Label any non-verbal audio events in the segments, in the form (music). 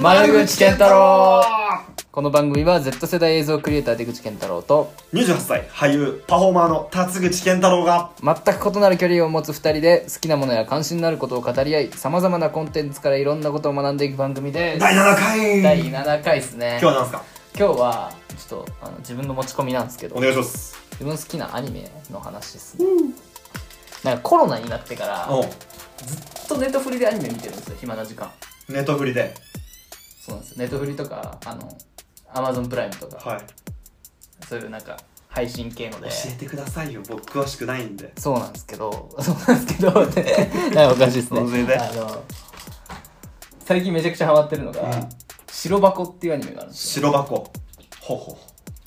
丸口健太郎この番組は Z 世代映像クリエイター出口健太郎と28歳俳優パフォーマーの辰口健太郎が全く異なる距離を持つ2人で好きなものや関心のあることを語り合いさまざまなコンテンツからいろんなことを学んでいく番組です第7回第7回ですね今日は何ですか今日はちょっとあの自分の持ち込みなんですけどお願いします自分の好きなアニメの話ですね、なんかコロナになってからおずっとネットフリでアニメ見てるんですよ暇な時間ネットフリでそうなんですネットフリとかあのアマゾンプライムとか、はいそういうなんか配信系ので教えてくださいよ僕詳しくないんでそうなんですけど (laughs) そうなんですけどねなんかおかしいですね当然だよあの最近めちゃくちゃハマってるのが「うん白箱」っていうアニメがあるんですよ白箱ほうほ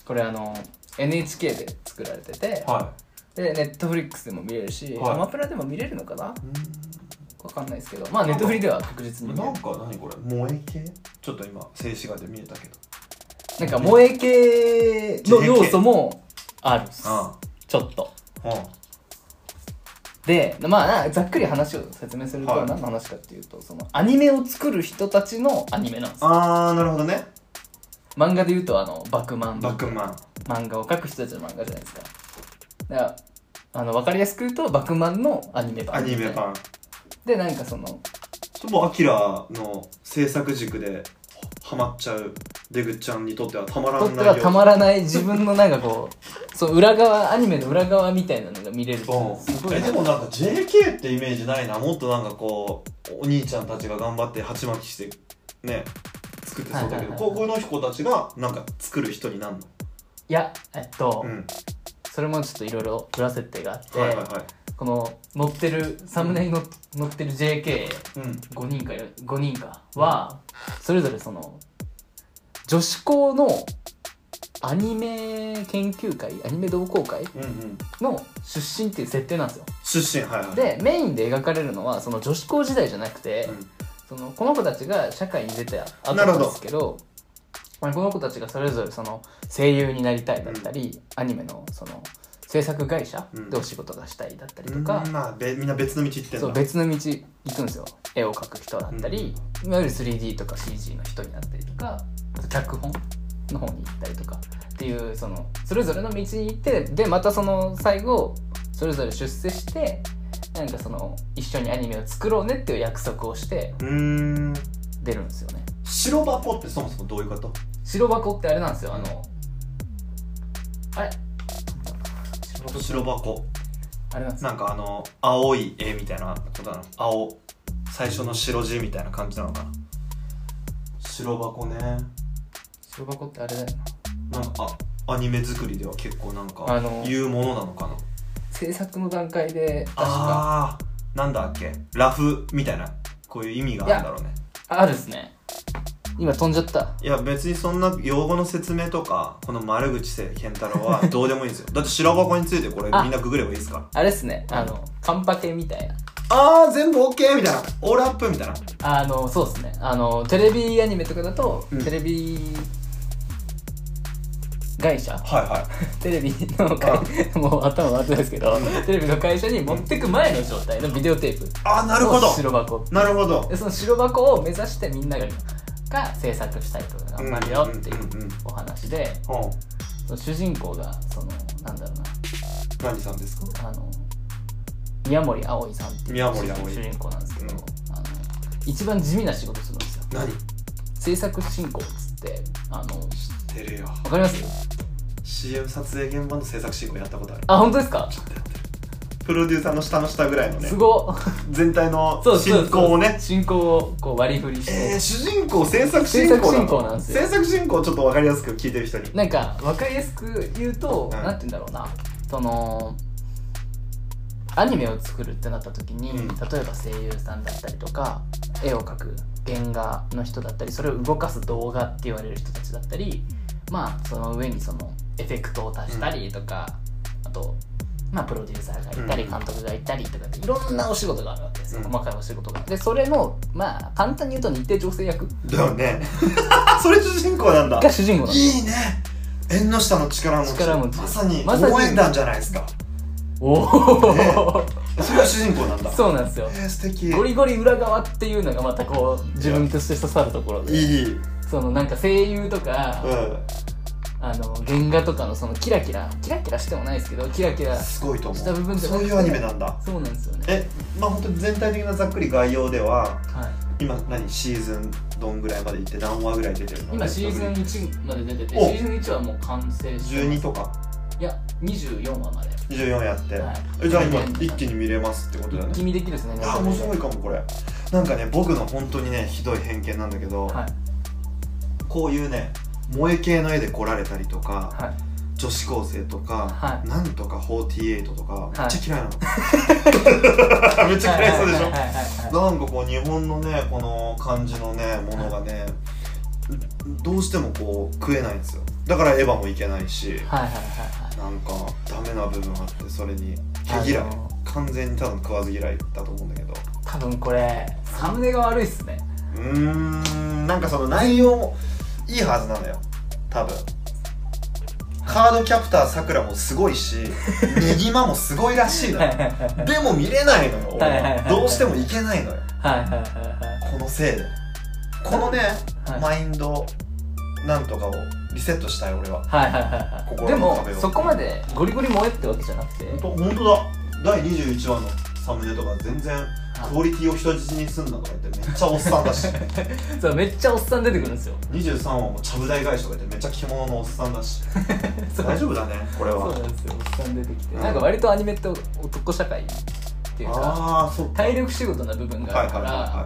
これあの NHK で作られてて、うはでネットフリックスでも見れるし、はいアマプラでも見れるのかないわかんないですけどまあネットフリでは確実に見れるか何これ萌え系ちょっと今静止画で見えたけどなんか萌え系の要素もあるっすちょっとうんうんでまあざっくり話を説明するとはい何の話かっていうと、そのアニメを作る人たちのアニメなんですよあーなるほどね漫画で言うとあのバクマンバックマン漫画を描く人たちの漫画じゃないですかだからあの分かりやすく言うとバクマンのアニメ版アニメ版でなんかそのちょっともうアキラの制作軸でハマっちゃう出口ちゃんにとってはたまらとんって内容はたまらない自分のなんかこうその裏側アニメの裏側みたいなのが見れるっていうのはすごいえでもなんか JK ってイメージないなもっとなんかこうお兄ちゃんたちが頑張って鉢巻きしてね作ってそうだけはいはいはどいはい高校の子たちがなんか作る人になるのいやえっと、うんそれもちょっといろいろ裏設定があって、はいはいはこの載ってるサムネにの載ってる JK いうん5人かよ5人かはそれぞれその女子校のアニメ研究会アニメ同好会うんうんの出身っていう設定なんですよ出身はいはいでメインで描かれるのはその女子校時代じゃなくて、うんそのこの子たちが社会に出てあったんなるほどですけどまあこの子たちがそれぞれその声優になりたいだったり、アニメのその制作会社でお仕事がしたいだったりとか、うんまあべみんな別の道行ってんだそう別の道行くんですよ絵を描く人だったり、いわゆる 3D とか CG の人になったりとかあと脚本の方に行ったりとかっていうそのそれぞれの道に行ってでまたその最後それぞれ出世してなんかその一緒にアニメを作ろうねっていう約束をしてうーん出るんですよね白箱ってそもそもどういうこと白箱ってあれなんですよあのあれ白箱白箱あれなんですよなんかあの青い絵みたいなことなの青最初の白地みたいな感じなのかな白箱ね白箱ってあれだよななんかあアニメ作りでは結構なんかあの言うものなのかな制作の段階で確かあーなんだっけラフみたいなこういう意味があるんだろうねあるですね今飛んじゃったいや別にそんな用語の説明とかこの丸口健太郎はどうでもいいん (laughs) ですよだって白箱についてこれあみんなググればいいですからあれっすねあのカンパケみたいなあー全部 OK みたいなオールアップみたいなあのそうっすねあのテレビアニメとかだと、うんテレビ会社はいはテレビの会もう頭回ってないですけど、テレビの会社に持ってく前の状態のビデオテープあーなるほどの白箱なるほどでその白箱を目指してみんながが制作したいとか頑張るよっていううんうんうんうんお話でうんその主人公がそのなんだろうな何さんですかあの宮森あおいさんっていう宮森あおい主人公なんですけど、うんあの一番地味な仕事するんですよ何知っ制作進行っつってあのわてるよかります CM 撮影現場の制作進行やったことあるあ本当ですかプロデューサーの下の下ぐらいのねすごっ全体のそうそうそう進行をね進行をこう割り振りして、えー、主人公制作進制行作進行なんですよ制作進行をちょっと分かりやすく聞いてる人になんか分かりやすく言うと、うんなんて言うんだろうなそのアニメを作るってなった時に、うん例えば声優さんだったりとか絵を描く原画の人だったりそれを動かす動画って言われる人たちだったりまあその上にそのエフェクトを足したりとか、あと、まあ、プロデューサーがいたりうん監督がいたりとかっていろんなお仕事があるわけですよ、うん細かいお仕事が。でそれのまあ簡単に言うと日程調整役だよね (laughs) それ主人公なんだが主人公なん (laughs) ですよいいね縁の下の力持ち力持ちまさにまさに応援団じゃないですかおお、ねそれが主人公なんだそうなんですよえー、素敵ゴリゴリ裏側っていうのがまたこう自分として刺さるところいでいうんそのなんか声優とか、あの原画とかのそのキラキラキラキラしてもないですけどキラキラすごいと思した部分うでそういうアニメなんだそうなんですよねえまあ本当に全体的なざっくり概要でははい今何シーズンどんぐらいまで行って何話ぐらい出てるの今シーズン1まで出てておシーズン1はもう完成してま12すとかいや24話まで24やって、はいえじゃあ今一気に見れますってことだよ一ね気見できるですねいや面白いいかもこれなんかね僕の本当にねひどい偏見なんだけど、はいこういうね萌え系の絵で来られたりとか、はい女子高生とか、はいなんとか48とか、いめっちゃ嫌いな (laughs) のめっちゃ嫌いそうでしょはいはいはいはいはなんかこう日本のねこの感じのねものがね、どうしてもこう食えないんですよだからエヴァもいけないしいはいはいはいなんかダメな部分あってそれに毛嫌いあの完全に多分食わず嫌いだと思うんだけど多分これサムネが悪いっすねうーんなんかその内容もいいはずなのよ多分カードキャプターさくらもすごい (laughs) しねぎまもすごいらしいのはいよはいはいはいでも見れないのよ俺はいはいはいははいどうしてもいけないのよはいはいはいこのせいでこのね、はいマインドなんとかをリセットしたい俺ははいはいはいはい心でのも壁をそこまでゴリゴリ萌えってわけじゃなくて本当本当だ第21話のサムネとか全然クオリティを人質にすんなとか言ってめっちゃおっさんだ (laughs) しそうめっちゃおっさん出てくるんですよ23話もちゃぶ台返しとか言ってめっちゃ着物のおっさんだし (laughs) そう大丈夫だねこれそうはなんですよおっさん出てきてうんなんか割とアニメって男社会っていうかああそっか体力仕事な部分があはいるはかいはら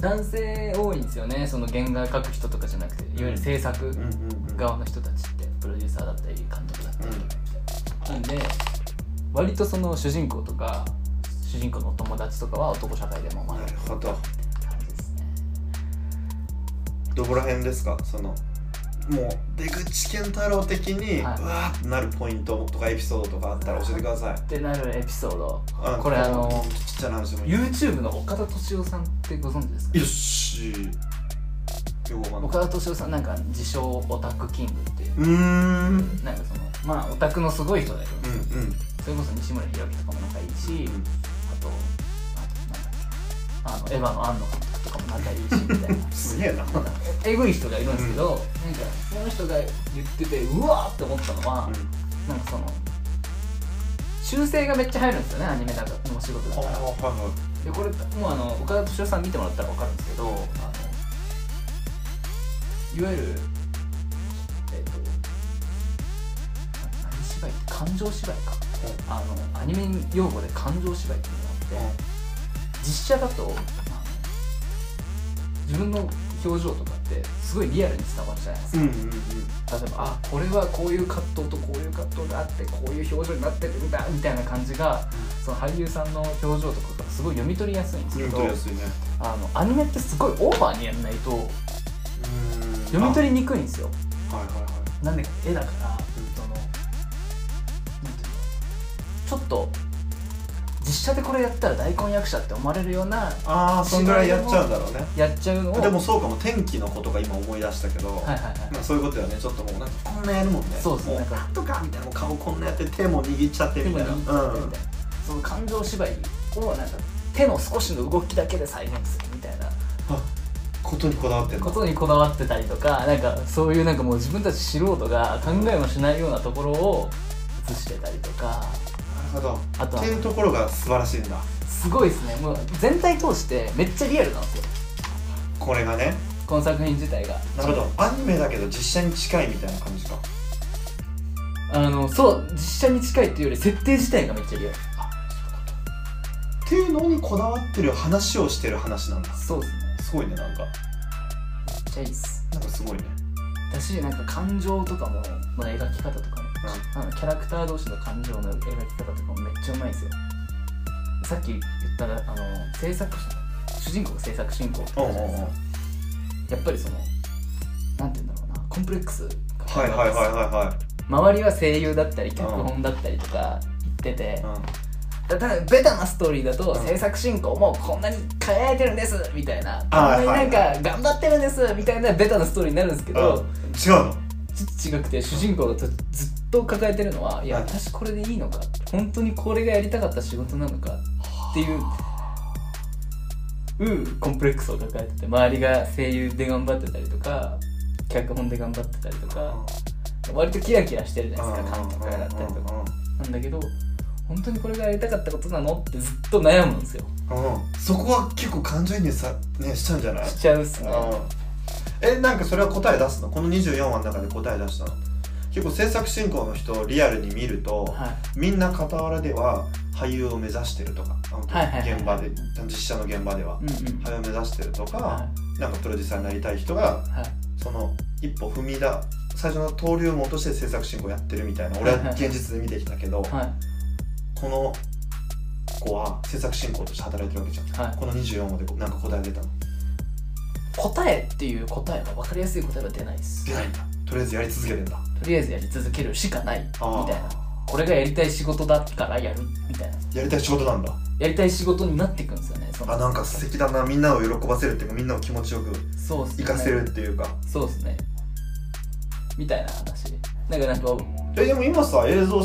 男性多いんですよねその原画描く人とかじゃなくていわゆる制作いはいうんうんうん側の人たちってプロデューサーだったり監督だったりうなんで割とその主人公とか主人公のお友達とかは男社会でもんまあなるるほど感じですねどこら辺ですかそのもう出口健太郎的に、はいうわーってなるポイントとかエピソードとかあったら教えてくださいってなるエピソードうんこれあのちっちゃな話でもいい YouTube の岡田敏夫さんってご存知ですかよっしーよくわかんない岡田敏夫さんなんか自称オタクキングっていううーんうんなんかそのまあオタクのすごい人だけどそれこそ西村宏明とかも仲いいし、うんあとあとなんだっけあのエヴァの庵野監督とかも仲いいしみたいなすげえななんかえぐい人がいるんですけど、なんかその人が言っててうわーって思ったのは、なんかその修正がめっちゃ入るんですよねアニメだからの仕事だあからはでこれもうあの岡田敏夫さん見てもらったら分かるんですけどあのいわゆるえっ、とな何芝居って感情芝居かあのアニメ用語で感情芝居っていうのがあって実写だとあの自分の表情とかってすごいリアルに伝わるじゃないですかうんうんうん例えばあこれはこういう葛藤とこういう葛藤があってこういう表情になってるんだみたいな感じがその俳優さんの表情とかがすごい読み取りやすいんですけ読みど取りやすいねあのアニメってすごいオーバーにやんないと読みり取りにくいんですよはいはいはいなんでか絵だから、そのなんていうのちょっと実写でこれやったら大根役者って思われるようなああそんぐらいやっちゃうんだろうねやっちゃうのをでもそうかも天気のことが今思い出したけど、はいはいはいまあ、そういうことよねちょっともうなんかこんなやるもんねそうですねもなんかなんとかみたいなもう顔こんなやって手も握っちゃって手みもたいな握っちゃってみたいな、その感情芝居をなんか手の少しの動きだけで再現するみたいなうんあことにこだわってんのことにこだわってたりとかなんかそういうなんかもう自分たち素人が考えもしないようなところを映してたりとかなるほあとどっはていうところが素晴らしいんだすごいですねもう全体通してめっちゃリアルなんですよこれがねこの作品自体がなるほどアニメだけど実写に近いみたいな感じかあのそう実写に近いっていうより設定自体がめっちゃリアルっていうのにこだわってる話をしてる話なんだそうですねすごいねなんかめっちゃいいっすなんかすごいねだしなんか感情とかも、まあ、描き方とかも、あのキャラクター同士の感情の描き方とかもめっちゃうまいんですよさっき言ったらあの制作主人公が制作進行ってうん言うったじゃないですかやんうんっぱりそのなんて言うんだろうなコンプレックスがあはいるはわいけはいですよは周りは声優だったり脚本だったりとか言ってて、いはい、だただベタなストーリーだとうん制作進行もこんなに輝いてるんですみたいなあーこんなにはないんか頑張ってるんですみたいなベタなストーリーになるんですけうん、ど違うのちょっと違くて主人公がとずっと抱えてるのはいやはい私これでいいのか本当にこれがやりたかった仕事なのかっていううんコンプレックスを抱えてて周りが声優で頑張ってたりとか脚本で頑張ってたりとか割とキラキラしてるじゃないですか監督がだったりとかなんだけど本当にこれがやりたかったことなのってずっと悩むんですようんそこは結構感情移入さ、ね、しちゃうんじゃないしちゃうっすねうんえなんかそれは答え出すのこの24話の中で答え出したの結構制作進行の人をリアルに見ると、はいみんな傍らでは俳優を目指してるとかあのはいはいはい現場で実写の現場ではうんうん俳優を目指してるとか、はなんかプロデューサーになりたい人がいはいその一歩踏みだ最初の登竜門として制作進行やってるみたいな俺は現実で見てきたけど、はいこの子は制作進行として働いてるわけじゃん、はいこの24話でこうなんか答え出たの答えっていう答えは分かりやすい答えは出ないです出ないんだとりあえずやり続けるんだとりあえずやり続けるしかないみあーたいなこれがやりたい仕事だからやるみたいなやりたい仕事なんだやりたい仕事になっていくんですよねそのあなんか素敵だなみんなを喜ばせるっていうかみんなを気持ちよくそうっす活ねかせるっていうかそうっすねみたいな話だからなんかえでも今さ映像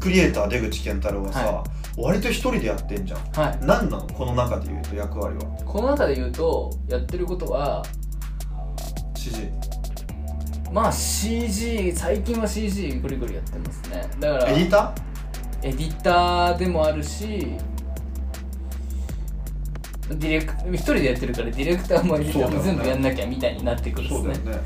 クリエイター出口健太郎はさ、は割と一人でやってんじゃんはい何なのこの中で言うと役割はこの中で言うとやってることは指示まあ CG 最近は CG ぐりぐりやってますねだからエディタエディターでもあるしディレク一人でやってるからディレクターもエディターもそうだよね全部やんなきゃみたいになってくるーんですねね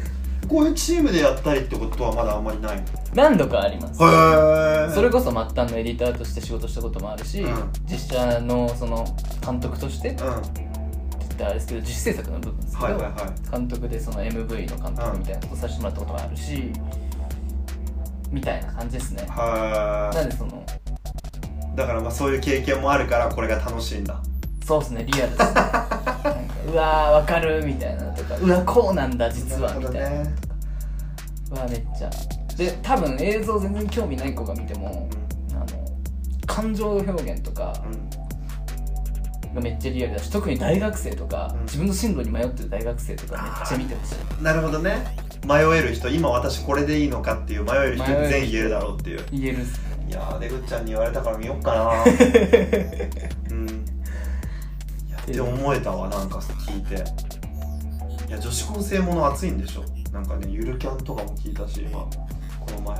こういうチームでやったりってことはまだあんまりないの何度かありますへそれこそ末端のエディターとして仕事したこともあるし、うん実写のその監督としてってうんはい言ったらあれですけど自主制作の部分ですけど、はいは監督でその MV の監督みたいなことさせてもらったこともあるし、みたいな感じですねいはなんでそのいだからまあそういう経験もあるからこれが楽しいんだそうですねリアルですねなんかうわーわかるみたいなのとかうわこうなんだ実はなるみほたどいなねうわめっちゃで多分映像全然興味ない子が見てもあの感情表現とか、うんうんがめっちゃリアルだし特に大学生とか、うん自分の進路に迷ってる大学生とかめっちゃ見てほしいなるほどね迷える人今私これでいいのかっていう迷える人に全員言えるだろうっていう言えるっすねいやー出口ちゃんに言われたから見よっかな (laughs) うんいやって思えたわなんか聞いていや女子高生もの熱いんでしょなんかねゆるキャンとかも聞いたし今この前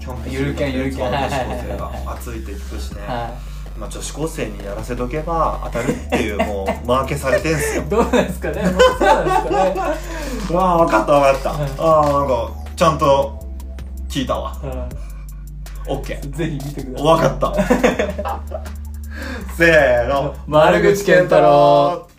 キャンプゆるキャンゆるキャン女子高生が熱いって聞くしね、 (laughs) はまあ、女子高生にやらせとけば当たるって (laughs) いうもうマーケされてんすよいどうなんですかねもうそうなんですかねわあ分かった分かったああなんかちゃんと聞いたわは OK (laughs) いぜひ見てくだ (laughs) さいわかったせーの丸口健太郎